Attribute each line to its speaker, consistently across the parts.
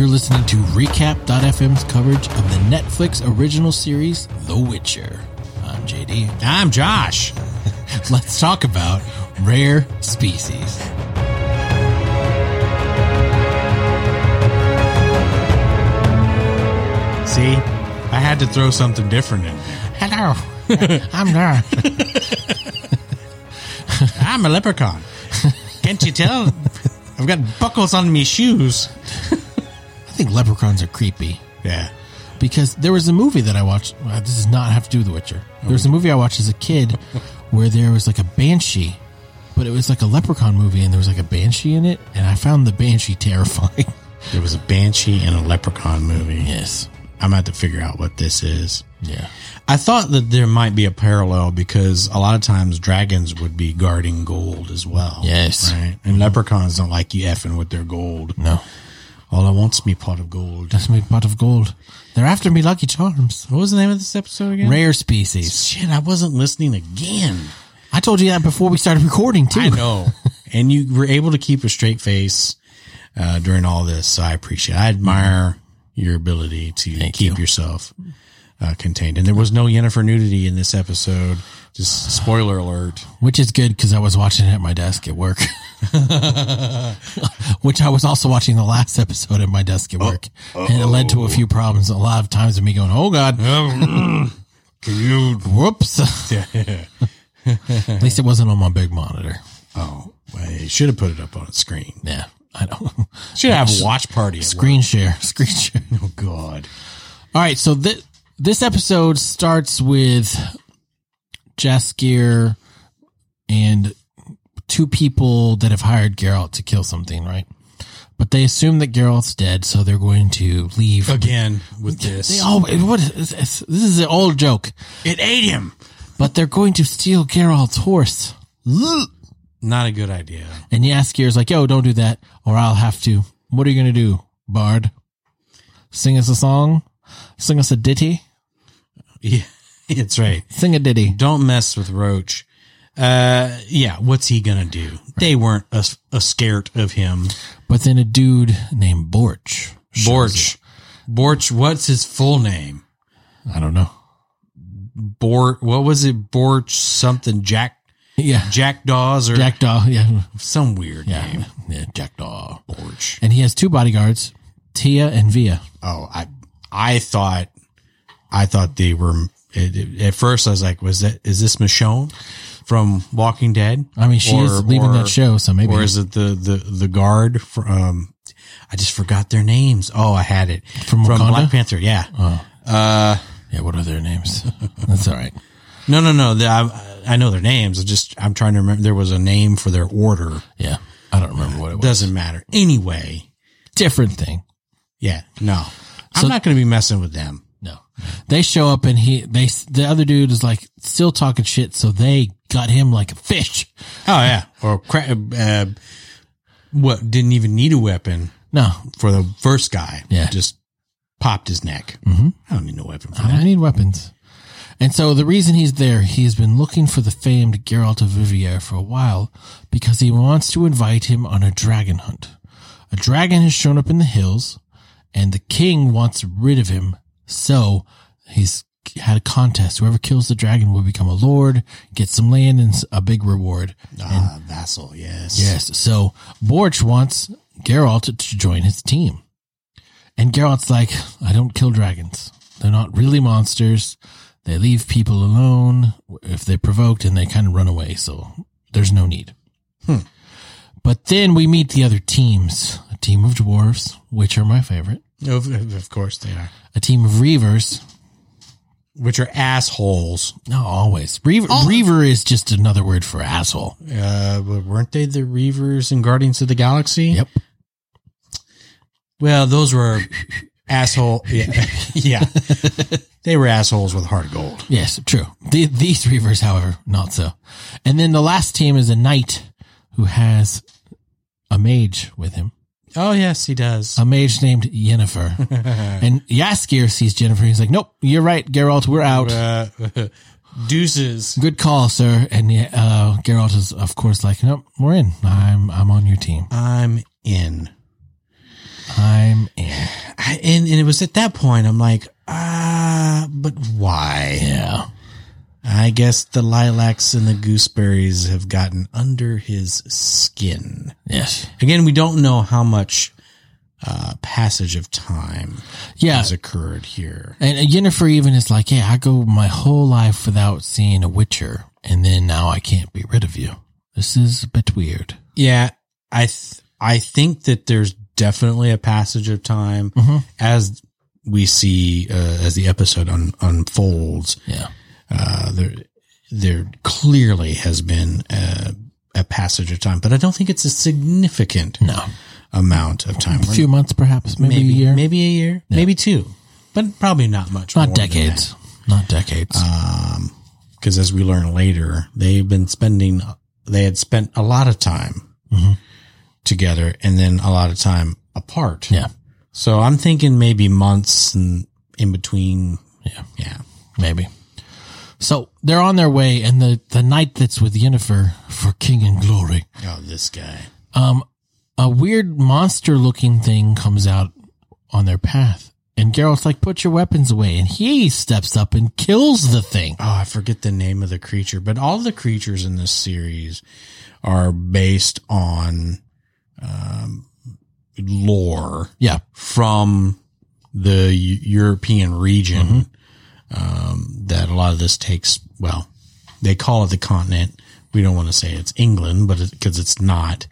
Speaker 1: listening to Recap.fm's coverage of the Netflix original series The Witcher. I'm JD.
Speaker 2: I'm Josh.
Speaker 1: Let's talk about rare species.
Speaker 2: See, I had to throw something different in there.
Speaker 1: Hello, I'm Nar.
Speaker 2: I'm a leprechaun. Can't you tell? I've got buckles on me shoes.
Speaker 1: I think leprechauns are creepy
Speaker 2: Yeah.
Speaker 1: because there was a movie that I watched. Uh, this does not have to do with The Witcher. There was a movie I watched as a kid where there was like a banshee, but it was like a leprechaun movie, and there was like a banshee in it, and I found the banshee terrifying.
Speaker 2: There was a banshee and a leprechaun movie.
Speaker 1: yes.
Speaker 2: I'm about to figure out what this is.
Speaker 1: Yeah.
Speaker 2: I thought that there might be a parallel because a lot of times dragons would be guarding gold as well.
Speaker 1: Yes.
Speaker 2: Right? And leprechauns don't like you effing with their gold.
Speaker 1: No.
Speaker 2: All I want's me pot of gold.
Speaker 1: That's my pot of gold. They're after me lucky charms.
Speaker 2: What was the name of this episode again?
Speaker 1: Rare species.
Speaker 2: Shit, I wasn't listening again.
Speaker 1: I told you that before we started recording too.
Speaker 2: I know. and you were able to keep a straight face uh, during all this. So I appreciate I admire your ability to keep yourself uh, contained. And there was no Yennefer nudity in this episode. Just spoiler alert.
Speaker 1: Which is good because I was watching it at my desk at work. Which I was also watching the last episode at my desk at work. And it led to a few problems. A lot of times of me going, oh God,
Speaker 2: mm-hmm. Can you?
Speaker 1: whoops. at least it wasn't on my big monitor.
Speaker 2: Oh, I should have put it up on a screen.
Speaker 1: Yeah, I know.
Speaker 2: Should have a watch party. at work.
Speaker 1: Screen share, screen share.
Speaker 2: Oh God.
Speaker 1: All right, so th- this episode starts with Jaskier and two people that have hired Geralt to kill something, right? But they assume that Geralt's dead, so they're going to leave. Oh,
Speaker 2: Again with
Speaker 1: They
Speaker 2: this.
Speaker 1: all what is this? This is an old joke,
Speaker 2: it ate him.
Speaker 1: but they're going to steal Geralt's horse.
Speaker 2: Not a good idea.
Speaker 1: And Jaskier's like, "Yo, don't do that, or I'll have to." What are you going to do, Bard? Sing us a song? Sing us a ditty?
Speaker 2: Yeah, it's right.
Speaker 1: Sing a ditty?
Speaker 2: Don't mess with Roach. Uh, yeah, what's he gonna do? They weren't a, a scared of him.
Speaker 1: But then a dude named Borch.
Speaker 2: Borch, Borch, what's his full name?
Speaker 1: I don't know.
Speaker 2: Bor, what was it? Borch something Jack
Speaker 1: Yeah.
Speaker 2: Jack Dawes or
Speaker 1: Jackdaw. Yeah.
Speaker 2: some weird
Speaker 1: Yeah.
Speaker 2: name.
Speaker 1: yeah. Jackdaw.
Speaker 2: Borch.
Speaker 1: And he has two bodyguards, Tia and Via.
Speaker 2: Oh, I I thought I thought they were. It, it- at first, I was like, "Was that is this Michonne from Walking Dead?"
Speaker 1: I mean, she is leaving that show, so maybe.
Speaker 2: or is it the the the guard from? Um, I just forgot their names. Oh, I had it
Speaker 1: From Wakanda? Uh.
Speaker 2: Black Panther. Yeah,
Speaker 1: yeah. What are their names? That's all right.
Speaker 2: no, no, no. The, I, I know their names. I just I'm trying to remember. There was a name for their order.
Speaker 1: Yeah. I don't remember what it was.
Speaker 2: Doesn't matter anyway.
Speaker 1: Different thing.
Speaker 2: Yeah, no, I'm not going to be messing with them.
Speaker 1: No. They show up and he, they, the other dude is like still talking shit. So they got him like a fish.
Speaker 2: Oh yeah, or cra- uh, what didn't even need a weapon.
Speaker 1: No.
Speaker 2: for the first guy.
Speaker 1: Yeah.
Speaker 2: Just popped his neck. Mm-hmm. I don't need no weapon for that.
Speaker 1: I need weapons. And so the reason he's there, he's been looking for the famed Geralt of Riviera for a while because he wants to invite him on a dragon hunt. A dragon has shown up in the hills and the king wants rid of him. So he's had a contest. Whoever kills the dragon will become a lord, get some land and s- a big reward.
Speaker 2: Ah, vassal, yes.
Speaker 1: Yes. So Borch wants Geralt to join his team. And Geralt's like, I don't kill dragons. They're not really monsters. They leave people alone if they're provoked and they kind of run away. So there's no need. Hmm. But then we meet the other teams a team of dwarves, which are my favorite,
Speaker 2: Of, of course they are.
Speaker 1: a team of reavers.
Speaker 2: Which are assholes.
Speaker 1: Not always. Reaver, reaver is just another word for asshole.
Speaker 2: Uh, but weren't they the Reavers and Guardians of the Galaxy?
Speaker 1: Yep.
Speaker 2: Well, those were asshole. Yeah. yeah. they were assholes with heart of gold.
Speaker 1: Yes, true. The, these reavers, however, not so. And then the last team is a knight who has a mage with him,
Speaker 2: Oh, yes, he does.
Speaker 1: a mage named Yennefer. and Yaskir sees Jennifer. He's like, "Nope, you're right, Geralt. We're out.
Speaker 2: Uh, deuces.
Speaker 1: Good call, sir." And uh, Geralt is, of course, like, "Nope, we're in. I'm I'm on your team.
Speaker 2: I'm in.
Speaker 1: I'm in."
Speaker 2: I, and, and it was at that point I'm like, ah, but why?
Speaker 1: Yeah.
Speaker 2: I guess the lilacs and the gooseberries have gotten under his skin.
Speaker 1: Yes.
Speaker 2: Again, we don't know how much uh, passage of time
Speaker 1: Yeah.
Speaker 2: has occurred here.
Speaker 1: And uh, Yennefer even is like, yeah, I go my whole life without seeing a Witcher, and then now I can't be rid of you. This is a bit weird.
Speaker 2: Yeah, I th- I think that there's definitely a passage of time
Speaker 1: Mhm.
Speaker 2: as we see uh, as the episode un- unfolds.
Speaker 1: Yeah.
Speaker 2: Uh, there there clearly has been a, a passage of time, but I don't think it's a significant
Speaker 1: No.
Speaker 2: amount of time.
Speaker 1: A few months, perhaps, maybe,
Speaker 2: maybe
Speaker 1: a year.
Speaker 2: maybe a year, maybe two, but probably not much.
Speaker 1: Not
Speaker 2: more than that.
Speaker 1: decades. Um, Not decades.
Speaker 2: because as we learn later, they've been spending, they had spent a lot of time
Speaker 1: Mm-hmm.
Speaker 2: together and then a lot of time apart.
Speaker 1: yeah.
Speaker 2: So I'm thinking maybe months and in between.
Speaker 1: Yeah.
Speaker 2: Yeah.
Speaker 1: Maybe. So they're on their way, and the, the knight that's with Yennefer for King and Glory,
Speaker 2: Oh, this guy.
Speaker 1: um, a weird monster looking thing comes out on their path. And Geralt's like, put your weapons away. And he steps up and kills the thing.
Speaker 2: Oh, I forget the name of the creature, but all the creatures in this series are based on um, lore
Speaker 1: Yeah.
Speaker 2: from the Eu- European region
Speaker 1: Mm-hmm.
Speaker 2: um, that a lot of this takes. Well, they call it the continent. We don't want to say it's England, but because it's not,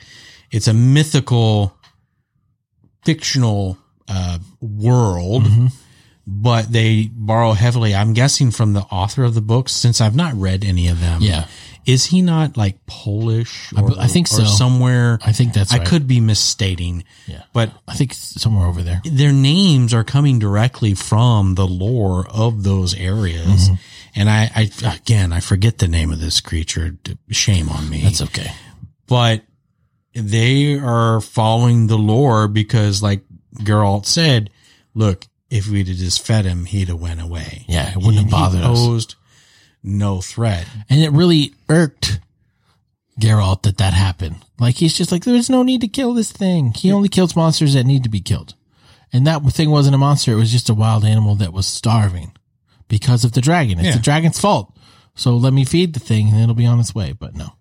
Speaker 2: it's a mythical, fictional uh, world.
Speaker 1: Mm-hmm.
Speaker 2: But they borrow heavily, I'm guessing, from the author of the books, since I've not read any of them.
Speaker 1: Yeah.
Speaker 2: Is he not like Polish or
Speaker 1: I think so.
Speaker 2: or somewhere?
Speaker 1: I think that's
Speaker 2: I
Speaker 1: right.
Speaker 2: could be misstating.
Speaker 1: Yeah.
Speaker 2: But
Speaker 1: I think it's somewhere over there.
Speaker 2: their names are coming directly from the lore of those areas.
Speaker 1: Mm-hmm.
Speaker 2: And I, I, again, I forget the name of this creature. D- Shame on me.
Speaker 1: That's okay.
Speaker 2: but they are following the lore because, like Geralt said, look, if we'd have just fed him, he'd have went away.
Speaker 1: Yeah, it wouldn't have
Speaker 2: And he
Speaker 1: bothered us.
Speaker 2: posed No threat.
Speaker 1: And it really irked Geralt that that happened. Like, he's just like, there's no need to kill this thing. He only kills monsters that need to be killed. And that thing wasn't a monster. It was just a wild animal that was starving because of the dragon. It's
Speaker 2: Yeah.
Speaker 1: the dragon's fault. So let me feed the thing and it'll be on its way. But no.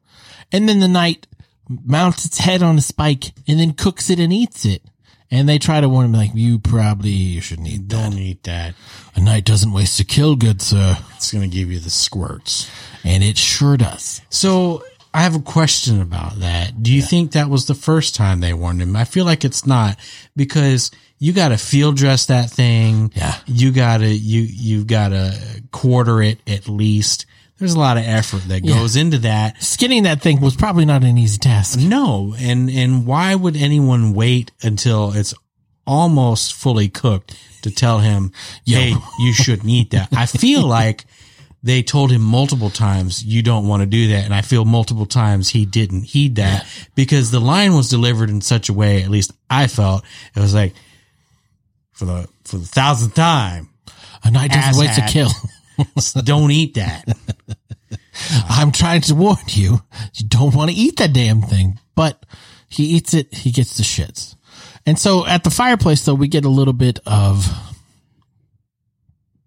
Speaker 1: And then the knight mounts its head on a spike and then cooks it and eats it. And they try to warn him, like, you probably shouldn't eat that.
Speaker 2: Don't eat that.
Speaker 1: A knight doesn't waste a kill good, sir.
Speaker 2: It's going to give you the squirts.
Speaker 1: And it sure does.
Speaker 2: So I have a question about that. Do you think that was the first time they warned him? I feel like it's not because you got to field dress that thing.
Speaker 1: Yeah.
Speaker 2: You got to, you, you've got to quarter it at least. There's a lot of effort that goes into that.
Speaker 1: Skinning that thing was probably not an easy task.
Speaker 2: No. And, and why would anyone wait until it's almost fully cooked to tell him, Hey, you shouldn't eat that? I feel like. they told him multiple times you don't want to do that and i feel multiple times he didn't heed that because the line was delivered in such a way at least i felt it was like for the for the thousandth time
Speaker 1: A knight doesn't waste a kill.
Speaker 2: Asshat. don't eat that
Speaker 1: I'm trying to warn you. You don't want to eat that damn thing. But he eats it, he gets the shits. And so at the fireplace, though, we get a little bit of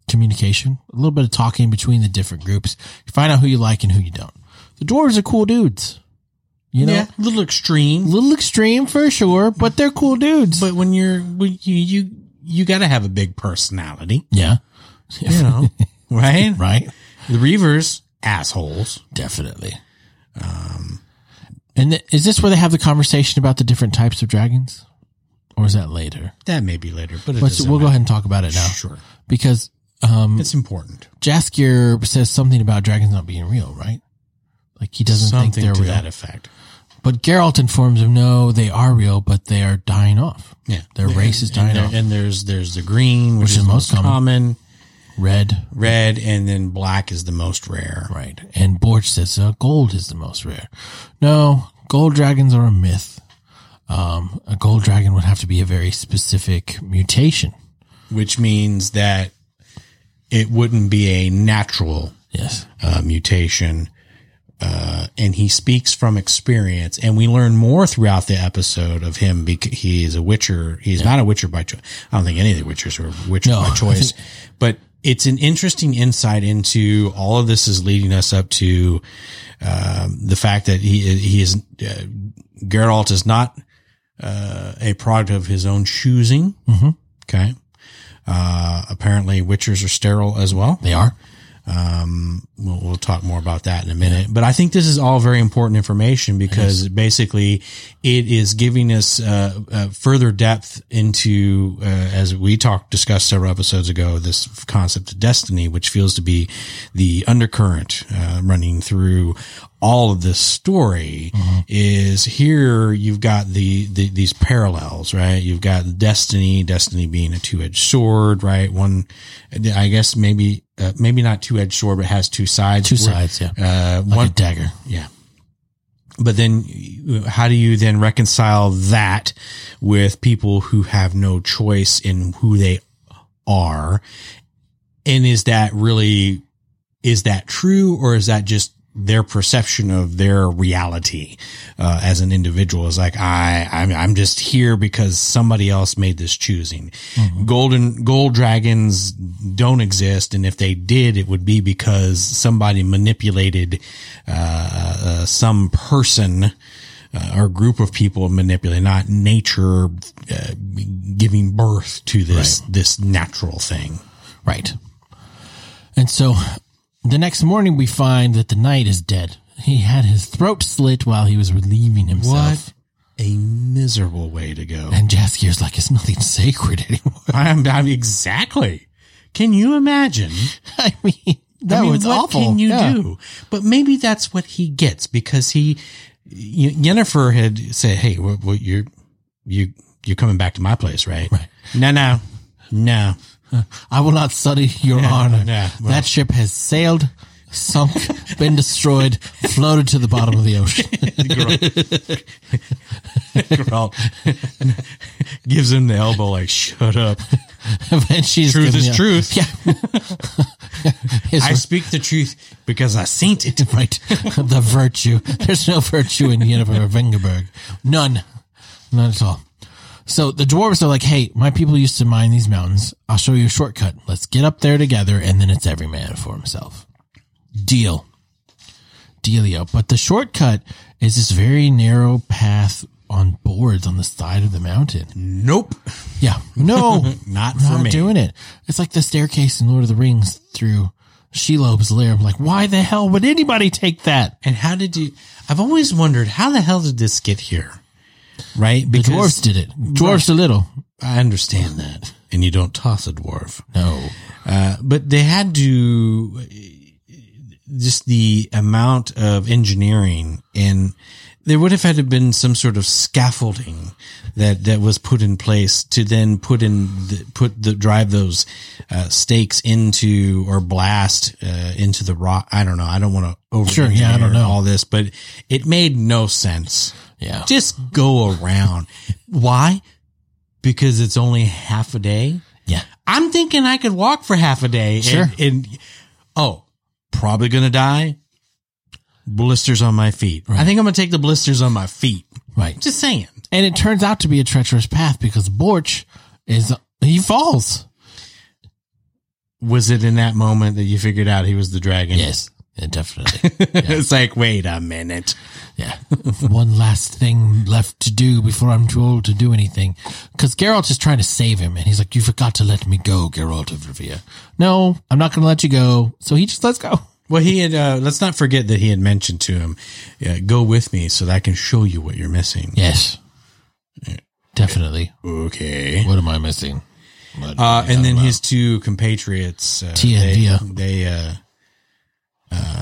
Speaker 1: communication, a little bit of talking between the different groups. You find out who you like and who you don't. The dwarves are cool dudes. You know,
Speaker 2: yeah a little extreme
Speaker 1: a little extreme for sure, but they're cool dudes.
Speaker 2: but when you're when you you you got to have a big personality
Speaker 1: yeah.
Speaker 2: you know right
Speaker 1: Right?
Speaker 2: the reavers assholes
Speaker 1: Definitely. Um, and th- is this where they have the conversation about the different types of dragons, or is that later?
Speaker 2: that may be later but it
Speaker 1: Let's,
Speaker 2: doesn't
Speaker 1: we'll go ahead and talk about it now
Speaker 2: matter. Um, sure
Speaker 1: because
Speaker 2: it's important
Speaker 1: Jaskier says something about dragons not being real, right? Like he doesn't
Speaker 2: something
Speaker 1: think they're
Speaker 2: to
Speaker 1: real.
Speaker 2: that e- effect
Speaker 1: But Geralt informs him, no, they are real, but they are dying off.
Speaker 2: Yeah,
Speaker 1: Their
Speaker 2: And-
Speaker 1: race is
Speaker 2: and
Speaker 1: dying
Speaker 2: there-
Speaker 1: off.
Speaker 2: And there's there's the green, which, is, the most common.
Speaker 1: Red,
Speaker 2: Red and then black is the most rare.
Speaker 1: right? And Borch says uh, gold is the most rare. No, gold dragons are a myth. Um, a gold dragon would have to be a very specific mutation.
Speaker 2: Which means that it wouldn't be a natural
Speaker 1: Yes.
Speaker 2: uh, mutation. uh, and he speaks from experience. And we learn more throughout the episode of him because he is a Witcher. He's not a Witcher by choice. I don't think any of the Witchers are Witchers
Speaker 1: No,
Speaker 2: by
Speaker 1: I
Speaker 2: choice, but it's an interesting insight into all of this is leading us up to um, the fact that he he is uh, Geralt is not uh, a product of his own choosing. Mm-hmm. Okay. Uh, apparently, witchers are sterile as well
Speaker 1: They are.
Speaker 2: we'll, we'll talk more about that in a minute. But I think this is all very important information because basically it is giving us uh, uh, further depth into, uh, as we talked, discussed several episodes ago, this concept of destiny, which feels to be the undercurrent uh, running through all of this story is here you've got the, the these parallels right you've got destiny destiny being a two-edged sword right one i guess maybe uh, maybe not two-edged sword but has two sides
Speaker 1: Two sides, yeah.
Speaker 2: uh,
Speaker 1: Like
Speaker 2: one
Speaker 1: a dagger.
Speaker 2: yeah but then you- how do you then reconcile that with people who have no choice in who they are and is that really is that true or is that just their perception of their reality uh, as an individual is like I I'm, I'm just here because somebody else made this choosing. Golden gold dragons don't exist, and if they did, it would be because somebody manipulated uh, uh, some person uh, or group of people manipulating, not nature uh, giving birth to this this natural thing.
Speaker 1: Right. And so the next morning, we find that the knight is dead. He had his throat slit while he was relieving himself.
Speaker 2: A miserable way to go.
Speaker 1: And Jaskier's like, it's nothing sacred anymore.
Speaker 2: I'm, I'm exactly. Can you imagine?
Speaker 1: I mean, that
Speaker 2: I mean,
Speaker 1: was
Speaker 2: what
Speaker 1: awful.
Speaker 2: can you
Speaker 1: Yeah.
Speaker 2: do? But maybe that's what he gets because he, y- Yennefer had said, "Hey, what, what you're, you, you're coming back to my place, right?
Speaker 1: Right.
Speaker 2: No, no, no.
Speaker 1: I will not study your honor.
Speaker 2: yeah, well.
Speaker 1: That ship has sailed, sunk, been destroyed, floated to the bottom of the ocean.
Speaker 2: Geralt gives him the elbow, like, shut up.
Speaker 1: and she's
Speaker 2: Truth
Speaker 1: giving
Speaker 2: is
Speaker 1: the-
Speaker 2: truth.
Speaker 1: Yeah. His
Speaker 2: I speak the truth because I seen it.
Speaker 1: right. the virtue. There's no virtue in Yennefer Vingerberg. None. None at all. So the dwarves are like, hey, my people used to mine these mountains. I'll show you a shortcut. Let's get up there together, and then it's every man for himself. Deal. Dealio. But the shortcut is this very narrow path on boards on the side of the mountain.
Speaker 2: Nope,
Speaker 1: Yeah. No.
Speaker 2: not
Speaker 1: We're
Speaker 2: for
Speaker 1: not
Speaker 2: me.
Speaker 1: doing it. It's like the staircase in Lord of the Rings through Shelob's lair. I'm like, why the hell would anybody take that?
Speaker 2: And how did you? I've always wondered how the hell did this get here, right?
Speaker 1: The dwarves did it. Dwarves are little.
Speaker 2: I understand that, and you don't toss a dwarf,
Speaker 1: No.
Speaker 2: uh, but they had to just the amount of engineering and there would have had to have been some sort of scaffolding that that was put in place to then put in the, put the drive those uh, stakes into or blast uh, into the rock. I don't know. I don't want to over
Speaker 1: Sure, yeah, I don't know.
Speaker 2: all this, but it made no sense.
Speaker 1: Yeah.
Speaker 2: Just go around. Why? Because it's only half a day.
Speaker 1: Yeah.
Speaker 2: I'm thinking I could walk for half a day. and-
Speaker 1: Sure.
Speaker 2: And, oh, probably gonna die. Blisters on my feet. I think I'm gonna take the blisters on my feet.
Speaker 1: Right.
Speaker 2: Just saying.
Speaker 1: And it turns out to be a treacherous path because Borch is, he falls.
Speaker 2: Was it in that moment that you figured out he was the dragon?
Speaker 1: Yes. Yeah, definitely.
Speaker 2: it's like, wait a minute.
Speaker 1: Yeah. One last thing left to do before I'm too old to do anything. Because Geralt is trying to save him, and he's like, You forgot to let me go, Geralt of Rivia. No, I'm not going to let you go. So he just lets go.
Speaker 2: Well, he had. Uh, let's not forget that he had mentioned to him, yeah, "Go with me, so that I can show you what you're missing."
Speaker 1: Yes. Definitely.
Speaker 2: Okay.
Speaker 1: What am I missing? What-
Speaker 2: Uh, and then his two compatriots, uh,
Speaker 1: Tia and
Speaker 2: they,
Speaker 1: Via.
Speaker 2: they, uh,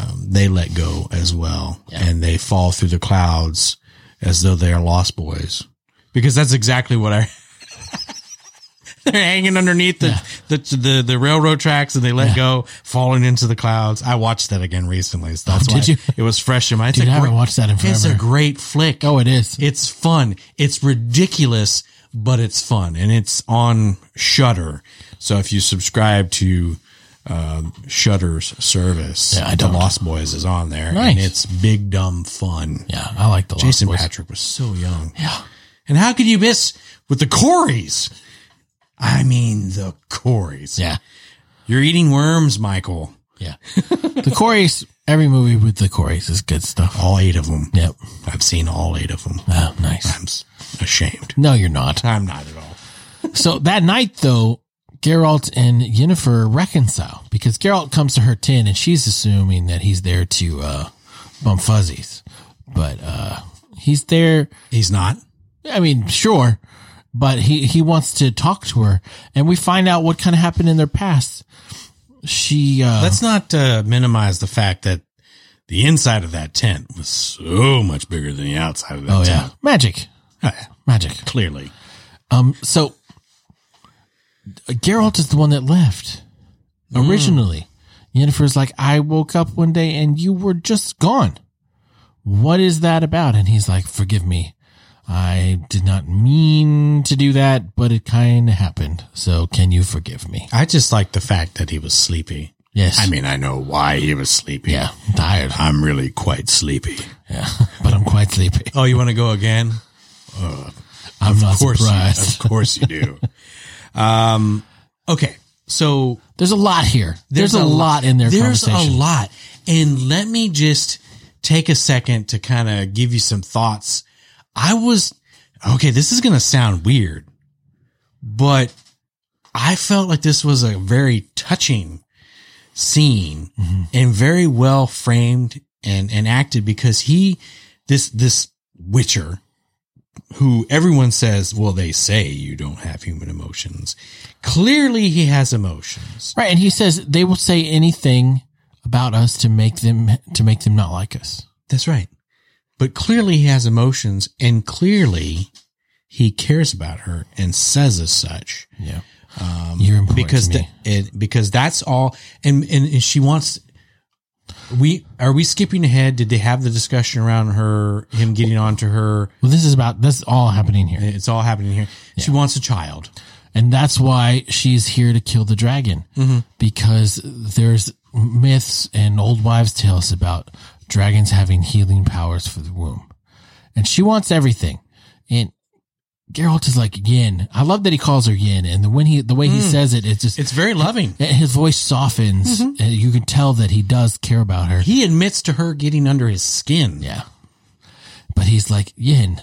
Speaker 2: um, they let go as well, and they fall through the clouds as though they are lost boys, because that's exactly what I. They're hanging underneath the, the, the the railroad tracks, and they let go, falling into the clouds. I watched that again recently, so that's
Speaker 1: Oh,
Speaker 2: why
Speaker 1: did you?
Speaker 2: it was fresh in my. It's
Speaker 1: Dude,
Speaker 2: a
Speaker 1: I haven't
Speaker 2: great-
Speaker 1: watched that in
Speaker 2: It's a
Speaker 1: forever.
Speaker 2: great flick.
Speaker 1: oh, it is.
Speaker 2: It's fun. It's ridiculous, but it's fun, and it's on Shutter. So if you subscribe to um, Shutter's service.
Speaker 1: Yeah, I
Speaker 2: the
Speaker 1: don't.
Speaker 2: Lost Boys is on there,
Speaker 1: Nice.
Speaker 2: and it's big dumb fun.
Speaker 1: Yeah, I like the Lost
Speaker 2: Jason
Speaker 1: Boys.
Speaker 2: Patrick was so young,
Speaker 1: Yeah,
Speaker 2: and how could you miss with the Coreys? I mean, the Coreys.
Speaker 1: yeah,
Speaker 2: You're eating worms, Michael.
Speaker 1: yeah. the Corys. Every movie with the Corys is good stuff.
Speaker 2: All eight of them.
Speaker 1: Yep.
Speaker 2: I've seen all eight of them.
Speaker 1: Oh, nice.
Speaker 2: I'm s- ashamed.
Speaker 1: No, you're not.
Speaker 2: I'm not at all.
Speaker 1: So that night, though, Geralt and Yennefer reconcile because Geralt comes to her tent and she's assuming that he's there to uh, bump fuzzies, but uh, he's there.
Speaker 2: He's not.
Speaker 1: I mean, sure, but he he wants to talk to her, and we find out what kind of happened in their past. She uh,
Speaker 2: Let's not uh, minimize the fact that the inside of that tent was so much bigger than the outside of that
Speaker 1: oh yeah,
Speaker 2: tent.
Speaker 1: magic,
Speaker 2: Oh, yeah.
Speaker 1: magic.
Speaker 2: Clearly.
Speaker 1: Um, so Geralt is the one that left
Speaker 2: Hmm.
Speaker 1: originally. Yennefer's like, I woke up one day and you were just gone. What is that about? And he's like, Forgive me. I did not mean to do that, but it kind of happened. So can you forgive me?
Speaker 2: I just like the fact that he was sleepy.
Speaker 1: Yes.
Speaker 2: I mean, I know why he was sleepy.
Speaker 1: yeah, I'm tired.
Speaker 2: I'm really quite sleepy.
Speaker 1: Yeah, but I'm quite sleepy.
Speaker 2: Oh, you want to go again?
Speaker 1: I'm not
Speaker 2: Of course,
Speaker 1: surprised.
Speaker 2: you, of course you do. um, okay, so
Speaker 1: There's a lot here. There's, a, lot in their
Speaker 2: There's a
Speaker 1: conversation.
Speaker 2: lot, and let me just take a second to kind of give you some thoughts. I was okay. This is going to sound weird, but I felt like this was a very touching scene
Speaker 1: Mm-hmm.
Speaker 2: and very well framed and and acted because he this this witcher who everyone says well they say you don't have human emotions clearly he has emotions
Speaker 1: Right, and he says they will say anything about us to make them to make them not like us.
Speaker 2: That's right. But clearly he has emotions and clearly he cares about her and says as such
Speaker 1: Yeah, you're important
Speaker 2: because
Speaker 1: to
Speaker 2: the,
Speaker 1: me.
Speaker 2: it, because that's all and, and and she wants we are we skipping ahead did they have the discussion around her him getting on to her
Speaker 1: well, this is about this is all happening here,
Speaker 2: it's all happening here she wants a child
Speaker 1: and that's why she's here to kill the dragon because there's myths and old wives' tales about dragons having healing powers for the womb, and she wants everything. And Geralt is like Yin. I love that he calls her Yin, and the when he the way he says it, it's just
Speaker 2: it's very loving
Speaker 1: and his voice softens. And you can tell that he does care about her.
Speaker 2: he admits to her getting under his skin
Speaker 1: Yeah. But he's like, Yin,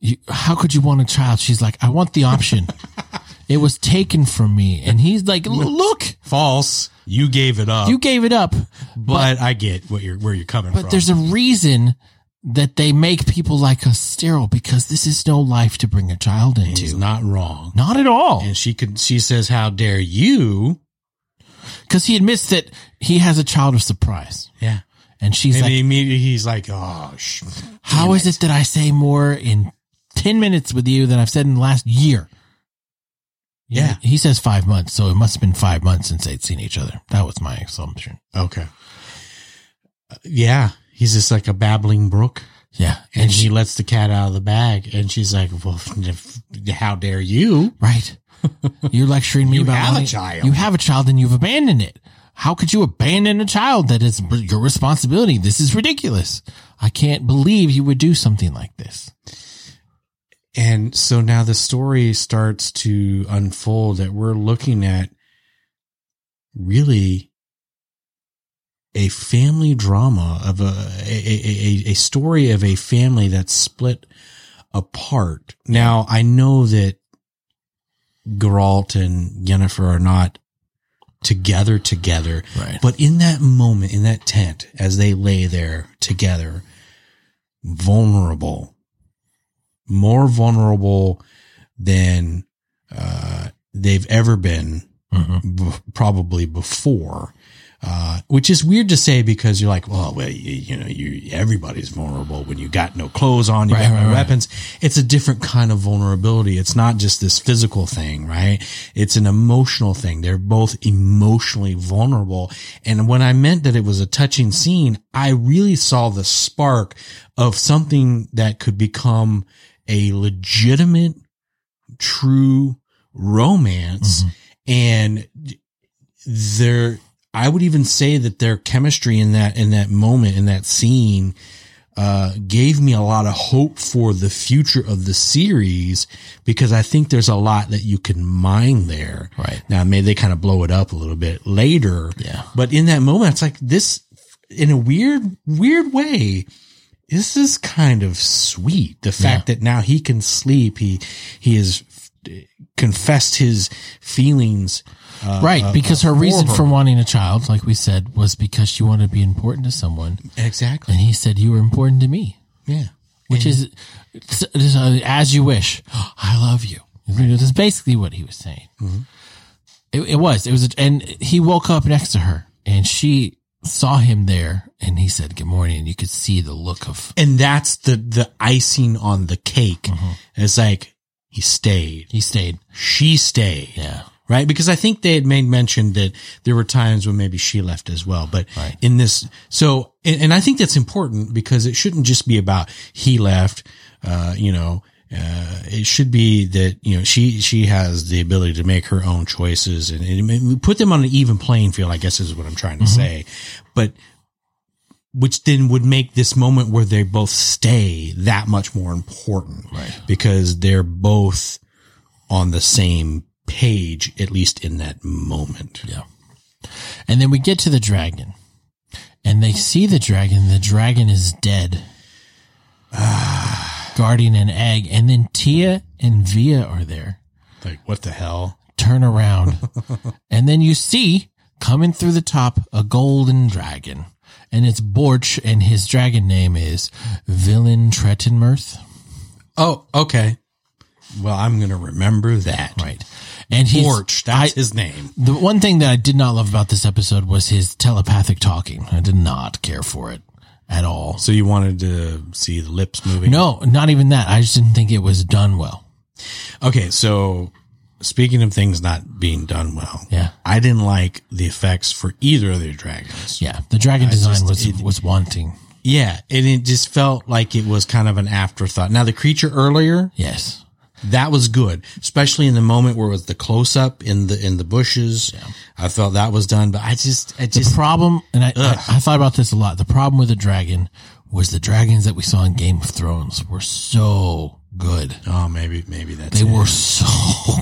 Speaker 1: you, how could you want a child? She's like, I want the option. it was taken from me. And he's like, "L- look,
Speaker 2: false you gave it up
Speaker 1: you gave it up.
Speaker 2: uh, but, I get what you're where you're coming
Speaker 1: But
Speaker 2: from
Speaker 1: there's a reason that they make people like us sterile because this is no life to bring a child
Speaker 2: he's
Speaker 1: into.
Speaker 2: not wrong
Speaker 1: Not at all.
Speaker 2: and she could she says how dare you
Speaker 1: Because he admits that he has a child of surprise.
Speaker 2: yeah
Speaker 1: And she's
Speaker 2: and
Speaker 1: like,
Speaker 2: immediately he's like oh sh-.
Speaker 1: How is it that I say more in 10 minutes with you than I've said in the last year?
Speaker 2: Yeah.
Speaker 1: He, he says five months, so it must have been five months since they'd seen each other. That was my assumption.
Speaker 2: okay Uh, yeah he's just like a babbling brook
Speaker 1: Yeah.
Speaker 2: and he lets the cat out of the bag and she's like well if- how dare you
Speaker 1: right. You're lecturing me
Speaker 2: You
Speaker 1: about
Speaker 2: have a
Speaker 1: wanting-
Speaker 2: child.
Speaker 1: You have a child and you've abandoned it. How could you abandon a child that is r- your responsibility? This is ridiculous. I can't believe you would do something like this.
Speaker 2: and so now the story starts to unfold that we're looking at really a family drama of a a, a, a- a story of a family that's split apart. Now I know that Geralt and Yennefer are not together together,
Speaker 1: Right.
Speaker 2: but in that moment, in that tent, as they lay there together, vulnerable, more vulnerable than uh, they've ever been,
Speaker 1: Mm-hmm.
Speaker 2: b- probably before. Uh, which is weird to say because you're like, well, well you, you know, you everybody's vulnerable when you got no clothes on, you
Speaker 1: Right,
Speaker 2: got
Speaker 1: right,
Speaker 2: no
Speaker 1: right.
Speaker 2: weapons. It's a different kind of vulnerability. It's not just this physical thing, right? It's an emotional thing. They're both emotionally vulnerable. And when I meant that it was a touching scene, I really saw the spark of something that could become a
Speaker 1: Mm-hmm.
Speaker 2: legitimate, true romance. And their I would even say that their chemistry in that in that moment in that scene uh, gave me a lot of hope for the future of the series because I think there's a lot that you can mine there.
Speaker 1: Right.
Speaker 2: now, maybe they kind of blow it up a little bit later.
Speaker 1: Yeah.
Speaker 2: but in that moment, it's like this in a weird weird way. This is kind of sweet. The fact that now he can sleep, he he has confessed his feelings
Speaker 1: right,
Speaker 2: uh,
Speaker 1: because her reason
Speaker 2: forward.
Speaker 1: for wanting a child, like we said, was because she wanted to be important to someone,
Speaker 2: exactly.
Speaker 1: and he said, "You were important to me,"
Speaker 2: Yeah.
Speaker 1: which is it's- it's, uh, as you wish. I love you. That's basically what he was saying. It, it was. It was, a, and he woke up next to her, and she saw him there, and he said, "Good morning." And you could see the look of
Speaker 2: And that's the, the icing on the cake. It's like he stayed,
Speaker 1: he stayed.
Speaker 2: she stayed,
Speaker 1: Yeah,
Speaker 2: right? Because I think they had made mention that there were times when maybe she left as well, but
Speaker 1: Right.
Speaker 2: in this, so, and, and I think that's important because it shouldn't just be about he left, uh, you know, uh, it should be that, you know, she, she has the ability to make her own choices and, and we put them on an even playing field, I guess is what I'm trying to
Speaker 1: Mm-hmm.
Speaker 2: say. But which then would make this moment where they both stay that much more important
Speaker 1: Right.
Speaker 2: because they're both on the same page at least in that moment
Speaker 1: yeah. And then we get to the dragon, and they see the dragon. The dragon is dead, guarding an egg. And then Tia and Via are there.
Speaker 2: like what the hell
Speaker 1: turn around, and then you see coming through the top a golden dragon, and it's Borch, and his dragon name is Villain Tretinmirth.
Speaker 2: oh okay well i'm gonna remember that
Speaker 1: Right, and he's
Speaker 2: Porch, that's his name
Speaker 1: the one thing that I did not love about this episode was his telepathic talking. I did not care for it at all.
Speaker 2: so you wanted to see the lips moving
Speaker 1: No, not even that. I just didn't think it was done well.
Speaker 2: okay so speaking of things not being done well
Speaker 1: Yeah.
Speaker 2: i didn't like the effects for either of the dragons
Speaker 1: Yeah, the dragon design
Speaker 2: just-
Speaker 1: was
Speaker 2: it-
Speaker 1: was wanting.
Speaker 2: yeah and it just felt like it was kind of an afterthought now the creature earlier
Speaker 1: Yes,
Speaker 2: that was good, especially in the moment where it was the close up in the in the bushes. I felt that was done, but I just I
Speaker 1: the
Speaker 2: just
Speaker 1: problem, and I, I, I thought about this a lot. The problem with the dragon was the dragons that we saw in Game of Thrones were so good.
Speaker 2: oh maybe maybe that's
Speaker 1: They
Speaker 2: it.
Speaker 1: were so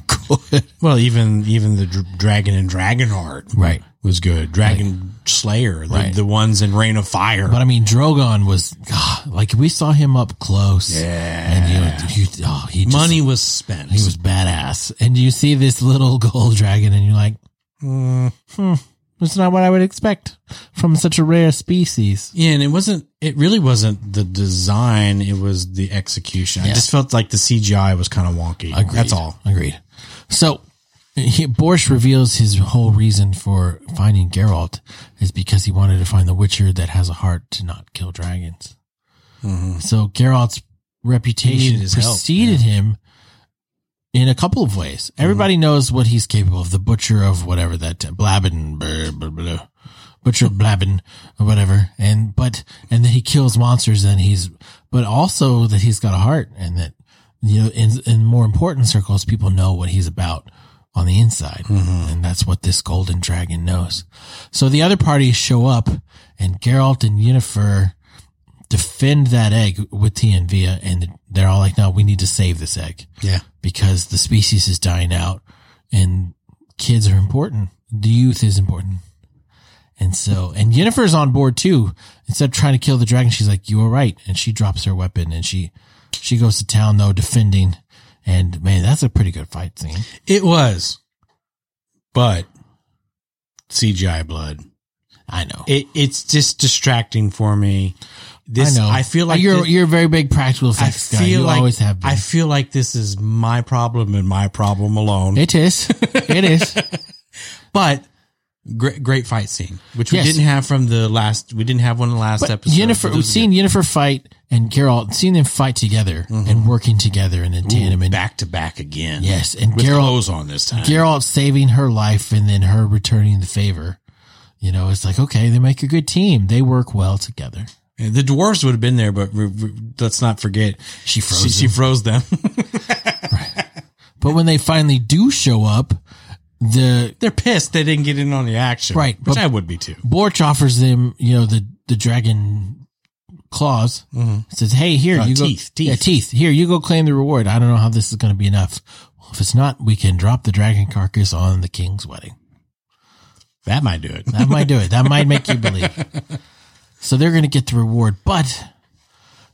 Speaker 1: good.
Speaker 2: well even even the dr- dragon and Dragonheart
Speaker 1: Right.
Speaker 2: was good. Dragon Slayer, the, the ones in Rain of Fire.
Speaker 1: But I mean, Drogon was God, like we saw him up close. Yeah, and you, you oh, he just,
Speaker 2: Money was spent.
Speaker 1: He was badass, and you see this little gold dragon, and you're like, hmm, it's not what I would expect from such a rare species.
Speaker 2: yeah, and it wasn't. It really wasn't the design. It was the execution. I just felt like the CGI was kind of wonky. That's all.
Speaker 1: Agreed. So he, Borsch reveals his whole reason for finding Geralt is because he wanted to find the Witcher that has a heart to not kill dragons. So Geralt's
Speaker 2: Mm-hmm. He
Speaker 1: reputation
Speaker 2: needed his help,
Speaker 1: preceded him in a couple of ways. Everybody
Speaker 2: Mm-hmm.
Speaker 1: knows what he's capable of. The butcher of whatever that Blabin, blah, blah, blah, butcher of Blabin, or whatever. And but and then he kills monsters. And he's but also that he's got a heart, and that you know in in more important circles, people know what he's about on the inside, and that's what this golden dragon knows. So the other parties show up, and Geralt and Yennefer defend that egg with Tia and Via, and they're all like, "No, we need to save this egg."
Speaker 2: Yeah.
Speaker 1: because the species is dying out and kids are important. The youth is important. And so, and Yennefer's on board too. Instead of trying to kill the dragon, she's like, you were right. And she drops her weapon and she, she goes to town though, defending. And man, that's a pretty good fight scene.
Speaker 2: It was, but CGI blood.
Speaker 1: I know.
Speaker 2: It it's just distracting for me. This
Speaker 1: I
Speaker 2: I,
Speaker 1: know.
Speaker 2: feel like
Speaker 1: you're,
Speaker 2: thi-
Speaker 1: you're a very big practical
Speaker 2: I
Speaker 1: effects guy.
Speaker 2: feel
Speaker 1: You
Speaker 2: like
Speaker 1: always have been.
Speaker 2: I feel like this is my problem and my problem alone.
Speaker 1: it is. It is.
Speaker 2: but great great fight scene, which
Speaker 1: Yes.
Speaker 2: we didn't have from the last. We didn't have one in the last episode.
Speaker 1: Yennefer,
Speaker 2: It
Speaker 1: we've
Speaker 2: was
Speaker 1: seen Yennefer fight and Geralt, seeing them fight together
Speaker 2: Mm-hmm.
Speaker 1: and working together and in tandem. And
Speaker 2: back to back again.
Speaker 1: Yes, and
Speaker 2: with
Speaker 1: Geralt-
Speaker 2: clothes on this time.
Speaker 1: Geralt saving her life and then her returning the favor. You know, it's like, okay, they make a good team. They work well together.
Speaker 2: the dwarves would have been there, but we, we, let's not forget
Speaker 1: She froze
Speaker 2: She, she
Speaker 1: them.
Speaker 2: froze them.
Speaker 1: But when they finally do show up, the
Speaker 2: They're pissed they didn't get in on the action.
Speaker 1: Right,
Speaker 2: Which
Speaker 1: but-
Speaker 2: I would be too.
Speaker 1: Borch offers them, you know, the the dragon claws. Says, "Hey, here
Speaker 2: Uh,
Speaker 1: you
Speaker 2: teeth,
Speaker 1: go,
Speaker 2: teeth.
Speaker 1: yeah, teeth. Here you go, claim the reward. I don't know how this is going to be enough. Well, if it's not, we can drop the dragon carcass on the king's wedding.
Speaker 2: That might do it.
Speaker 1: That might do it. That might make you believe. So they're going to get the reward, but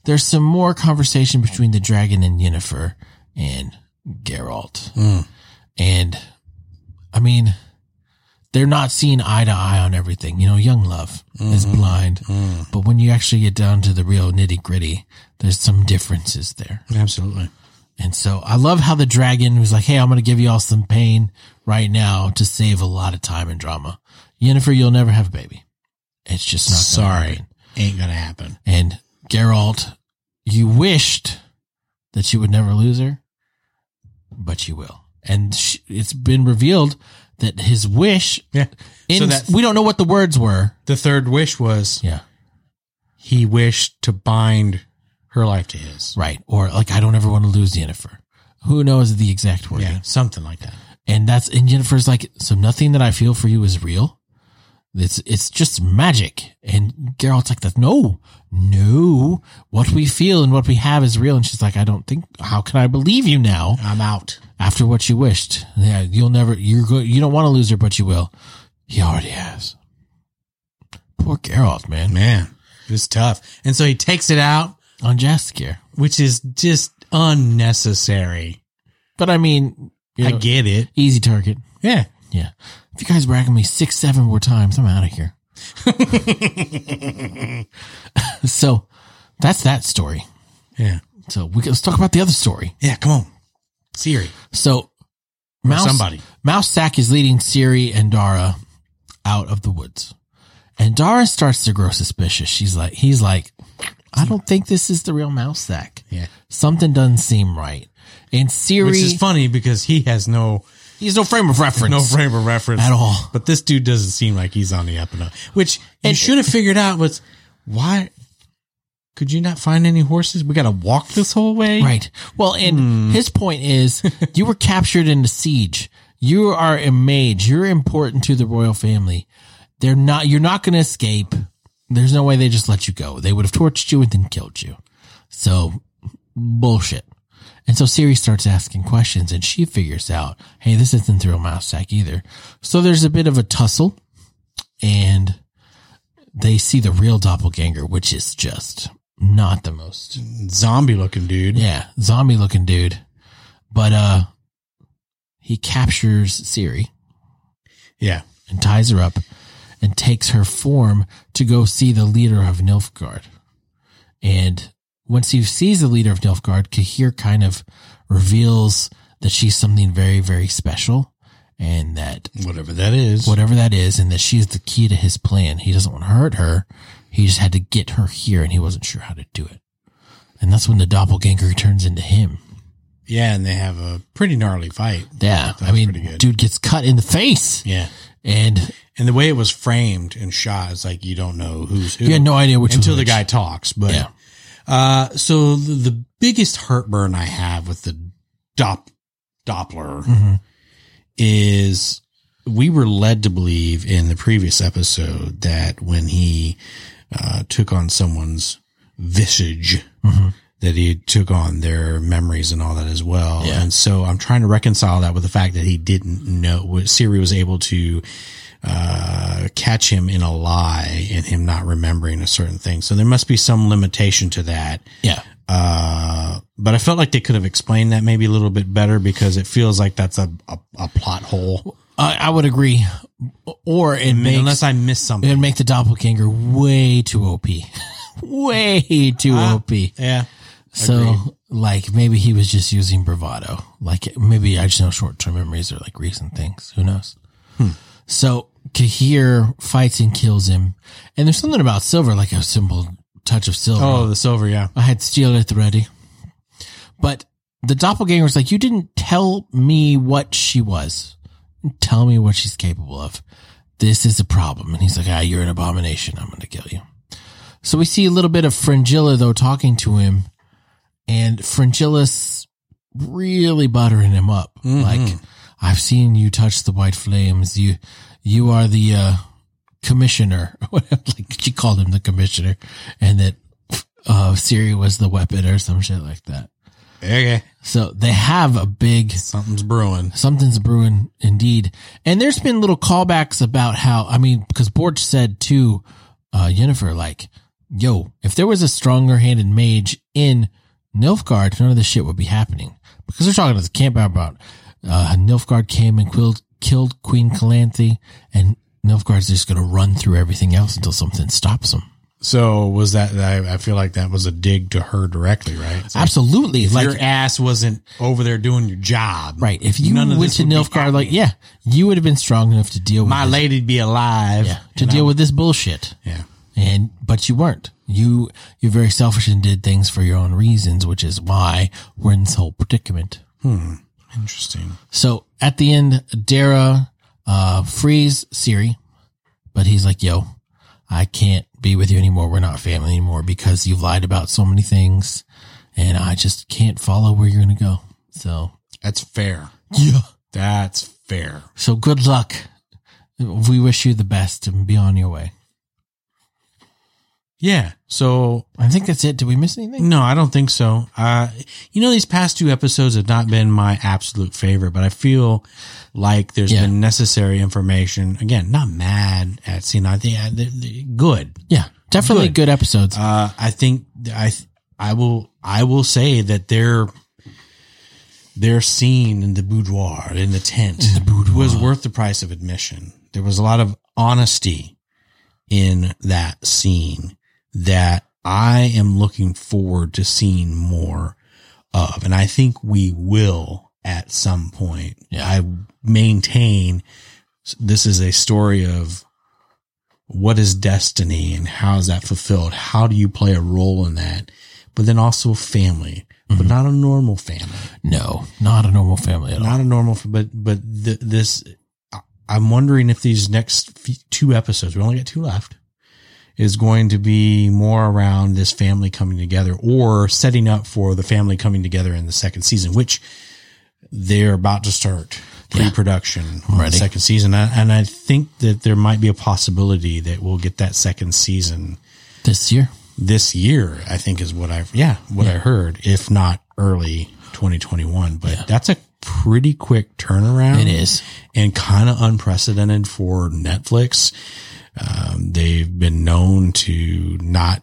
Speaker 1: there's some more conversation between the dragon and Yennefer and Geralt, and I mean." they're not seeing eye to eye on everything. You know, young love is blind, but when you actually get down to the real nitty gritty, there's some differences there.
Speaker 2: Absolutely.
Speaker 1: And so I love how the dragon was like, Hey, I'm going to give you all some pain right now to save a lot of time and drama. Yennefer, you'll never have a baby. It's just not gonna
Speaker 2: Sorry.
Speaker 1: happen.
Speaker 2: Ain't gonna happen.
Speaker 1: And Geralt, you wished that you would never lose her, but you will. And sh it's been revealed that his wish
Speaker 2: Yeah.
Speaker 1: in,
Speaker 2: so that
Speaker 1: we don't know what the words were.
Speaker 2: the third wish was
Speaker 1: Yeah.
Speaker 2: he wished to bind her life to his.
Speaker 1: Right. Or like, I don't ever want to lose Jennifer. Who knows the exact wording?
Speaker 2: Yeah. Something like that.
Speaker 1: And that's, and Jennifer's like, so nothing that I feel for you is real. It's, it's just magic. And Geralt's like, that, no, no. What we feel and what we have is real. And she's like, I don't think, how can I believe you now
Speaker 2: I'm out.
Speaker 1: after what you wished? Yeah. You'll never, you're go you don't want to lose her, but you will. He already has. Poor Geralt, man.
Speaker 2: Man, it was tough. And so he takes it out,
Speaker 1: On Jaskier.
Speaker 2: which is just unnecessary.
Speaker 1: But I mean, you
Speaker 2: I
Speaker 1: know,
Speaker 2: get it.
Speaker 1: easy target.
Speaker 2: Yeah.
Speaker 1: Yeah. If you guys bragging me six, seven more times, I'm out of here. so that's that story.
Speaker 2: Yeah.
Speaker 1: So we can, let's talk about the other story.
Speaker 2: Yeah. Come on. Siri.
Speaker 1: So Mouse,
Speaker 2: somebody.
Speaker 1: Mouse Sack is leading Siri and Dara out of the woods. And Dara starts to grow suspicious. She's like, he's like, I don't think this is the real Mouse Sack.
Speaker 2: Yeah.
Speaker 1: Something doesn't seem right. And Siri,
Speaker 2: Which is funny because he has no
Speaker 1: he's no frame of reference.
Speaker 2: no frame of reference
Speaker 1: At all.
Speaker 2: But this dude doesn't seem like he's on the up and up. Which you
Speaker 1: And-
Speaker 2: should have figured out was why could you not find any horses? We got to walk this whole way.
Speaker 1: Right. Well, and his point is you were captured in the siege. You are a mage. You're important to the royal family. They're not, you're not going to escape. There's no way they just let you go. They would have tortured you and then killed you. So bullshit. And so Siri starts asking questions and she figures out, Hey, this isn't through a mouse sack either. So there's a bit of a tussle and they see the real doppelganger, which is just not the most
Speaker 2: Zombie looking dude.
Speaker 1: yeah, zombie looking dude. But uh he captures Siri
Speaker 2: Yeah.
Speaker 1: and ties her up and takes her form to go see the leader of Nilfgaard. And once he sees the leader of Nilfgaard, Kahir kind of reveals that she's something very, very special and that
Speaker 2: Whatever that is.
Speaker 1: whatever that is and that she's the key to his plan. He doesn't want to hurt her. He just had to get her here and he wasn't sure how to do it. And that's when the doppelganger turns into him.
Speaker 2: Yeah. And they have a pretty gnarly fight.
Speaker 1: Yeah, I
Speaker 2: was
Speaker 1: mean,
Speaker 2: pretty good.
Speaker 1: dude gets cut in the face,
Speaker 2: Yeah.
Speaker 1: and
Speaker 2: And the way it was framed and shot is like you don't know who's who.
Speaker 1: you had no idea which
Speaker 2: until
Speaker 1: was
Speaker 2: the
Speaker 1: which.
Speaker 2: guy talks. But
Speaker 1: Yeah.
Speaker 2: uh, so the, the biggest heartburn I have with the dop, Doppler
Speaker 1: Mhm.
Speaker 2: is we were led to believe in the previous episode that when he uh, took on someone's visage.
Speaker 1: mm-hmm,
Speaker 2: That he took on their memories and all that as well,
Speaker 1: Yeah.
Speaker 2: and so I'm trying to reconcile that with the fact that he didn't know. Siri was able to uh, catch him in a lie and him not remembering a certain thing. So there must be some limitation to that.
Speaker 1: Yeah,
Speaker 2: Uh, but I felt like they could have explained that maybe a little bit better because it feels like that's a, a, a plot hole.
Speaker 1: I, I would agree. Or it makes
Speaker 2: Unless I missed something.
Speaker 1: it'd make the doppelganger way too op, way too
Speaker 2: Ah,
Speaker 1: op.
Speaker 2: yeah.
Speaker 1: So like maybe he was just using bravado. Like maybe I just know short term memories are like recent things. Who knows?
Speaker 2: Hmm.
Speaker 1: So Kahir fights and kills him, and there's something about silver, like a simple touch of silver.
Speaker 2: Oh, the silver. Yeah.
Speaker 1: I had steel at the ready. But the doppelganger was like, you didn't tell me what she was. Tell me what she's capable of. This is a problem. And he's like, ah, you're an abomination. I'm going to kill you. So we see a little bit of Fringilla though talking to him and Fringilla's really buttering him up. Like, I've seen you touch the white flames. You, you are the, uh, commissioner. like she called him the commissioner and that, uh, Siri was the weapon or some shit like that.
Speaker 2: Okay.
Speaker 1: So they have a big,
Speaker 2: Something's brewing.
Speaker 1: something's brewing indeed. And there's been little callbacks about how, I mean, because Borch said to, uh, Yennefer, like, yo, if there was a stronger handed mage in Nilfgaard, none of this shit would be happening. Because they're talking to the camp about, uh, Nilfgaard came and quilled, killed Queen Calanthe, and Nilfgaard's just going to run through everything else until something stops him.
Speaker 2: So was that? I, I feel like that was a dig to her directly, right? It's like,
Speaker 1: Absolutely. Like,
Speaker 2: your ass wasn't over there doing your job,
Speaker 1: right. If you
Speaker 2: None of
Speaker 1: went
Speaker 2: this
Speaker 1: to
Speaker 2: would be
Speaker 1: Nilfgaard, like, yeah, you would have been strong enough to deal with
Speaker 2: My
Speaker 1: this-
Speaker 2: lady'd be alive.
Speaker 1: yeah, to deal with this bullshit.
Speaker 2: Yeah.
Speaker 1: and but you weren't you you're very selfish and did things for your own reasons which is why we're in this whole predicament
Speaker 2: Interesting.
Speaker 1: so at the end dara uh frees siri but he's like yo i can't be with you anymore we're not family anymore because you've lied about so many things and i just can't follow where you're gonna go so
Speaker 2: That's fair.
Speaker 1: yeah
Speaker 2: That's fair.
Speaker 1: so good luck we wish you the best and be on your way
Speaker 2: Yeah. So
Speaker 1: i think that's it did we miss anything
Speaker 2: no, I don't think so. Uh, you know, these past two episodes have not been my absolute favorite, but I feel like there's
Speaker 1: Yeah.
Speaker 2: been necessary information. Again, not mad at Cena. I think I, they're, they're good.
Speaker 1: yeah definitely good, episodes
Speaker 2: Uh, I think th- I th- I will I will say that their their scene in the boudoir in the tent was worth the price of admission. There was a lot of honesty in that scene that I am looking forward to seeing more of, and I think we will at some point.
Speaker 1: Yeah.
Speaker 2: I maintain s- this is a story of what is destiny and how is that fulfilled? How do you play a role in that? But then also family, but not a normal family,
Speaker 1: no not a normal family at all
Speaker 2: not a normal, f- but, but th- this, I- I'm wondering if these next f- two episodes, we only got two left, is going to be more around this family coming together or setting up for the family coming together in the second season, which they're about to start pre-production on the
Speaker 1: ready.
Speaker 2: second season. I- And I think that there might be a possibility that we'll get that second season
Speaker 1: this year
Speaker 2: this year, I think is what I've, yeah, what I heard, if not early 2021. But that's a pretty quick turnaround.
Speaker 1: It is.
Speaker 2: And kind of unprecedented for Netflix. Um, they've been known to not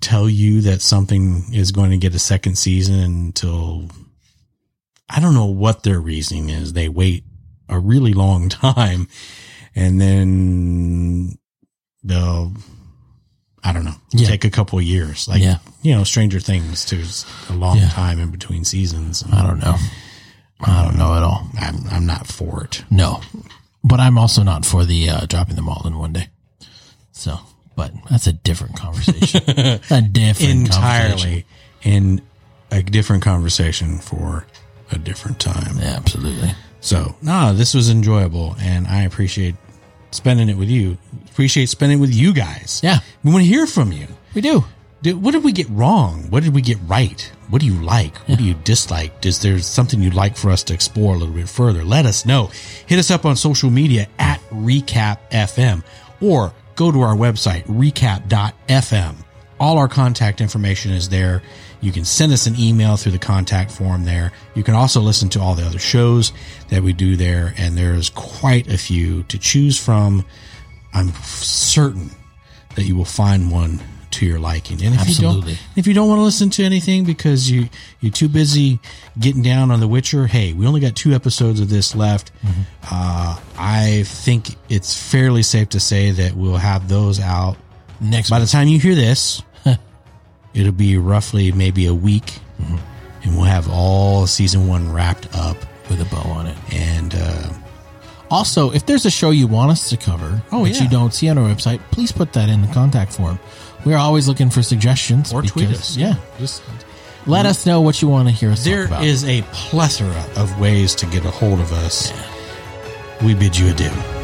Speaker 2: tell you that something is going to get a second season until I don't know what their reasoning is. They wait a really long time and then they'll I don't know.
Speaker 1: Yeah.
Speaker 2: Take a couple of years. Like
Speaker 1: Yeah.
Speaker 2: you know, Stranger Things too is a long
Speaker 1: Yeah. Uh,
Speaker 2: time in between seasons.
Speaker 1: I don't know. I don't know at all.
Speaker 2: I'm I'm not for it.
Speaker 1: No, but I'm also not for the uh, dropping them all in one day. So, but that's a different conversation. a different conversation.
Speaker 2: Entirely in a different conversation for a different time.
Speaker 1: Yeah, absolutely.
Speaker 2: So, no, this was enjoyable and I appreciate spending it with you. Appreciate spending it with you guys.
Speaker 1: Yeah.
Speaker 2: We want to hear from you.
Speaker 1: We do.
Speaker 2: Dude, what did we get wrong? What did we get right? What do you like? What do you dislike? Is there something you'd like for us to explore a little bit further? Let us know. Hit us up on social media at Recap FM or go to our website, recap.fm. All our contact information is there. You can send us an email through the contact form there. You can also listen to all the other shows that we do there, and there's quite a few to choose from. I'm certain that you will find one to your liking. And if you
Speaker 1: Absolutely.
Speaker 2: don't, if you don't want to listen to anything because you you're too busy getting down on The Witcher, hey, we only got two episodes of this left. Uh, I think it's fairly safe to say that we'll have those out
Speaker 1: Next
Speaker 2: by the time you hear this. it'll Mm-hmm. be roughly maybe a week, and we'll have all season one wrapped up.
Speaker 1: week with a bow on it.
Speaker 2: And uh,
Speaker 1: Also, if there's a show you want us to cover
Speaker 2: Oh,
Speaker 1: that
Speaker 2: yeah.
Speaker 1: you don't see on our website, please put that in the contact form. We're always looking for suggestions
Speaker 2: or tweet
Speaker 1: because-
Speaker 2: us,
Speaker 1: Yeah,
Speaker 2: just
Speaker 1: let us know what you want to hear us talk
Speaker 2: There
Speaker 1: about.
Speaker 2: is a plethora of ways to get a hold of us. We bid you adieu.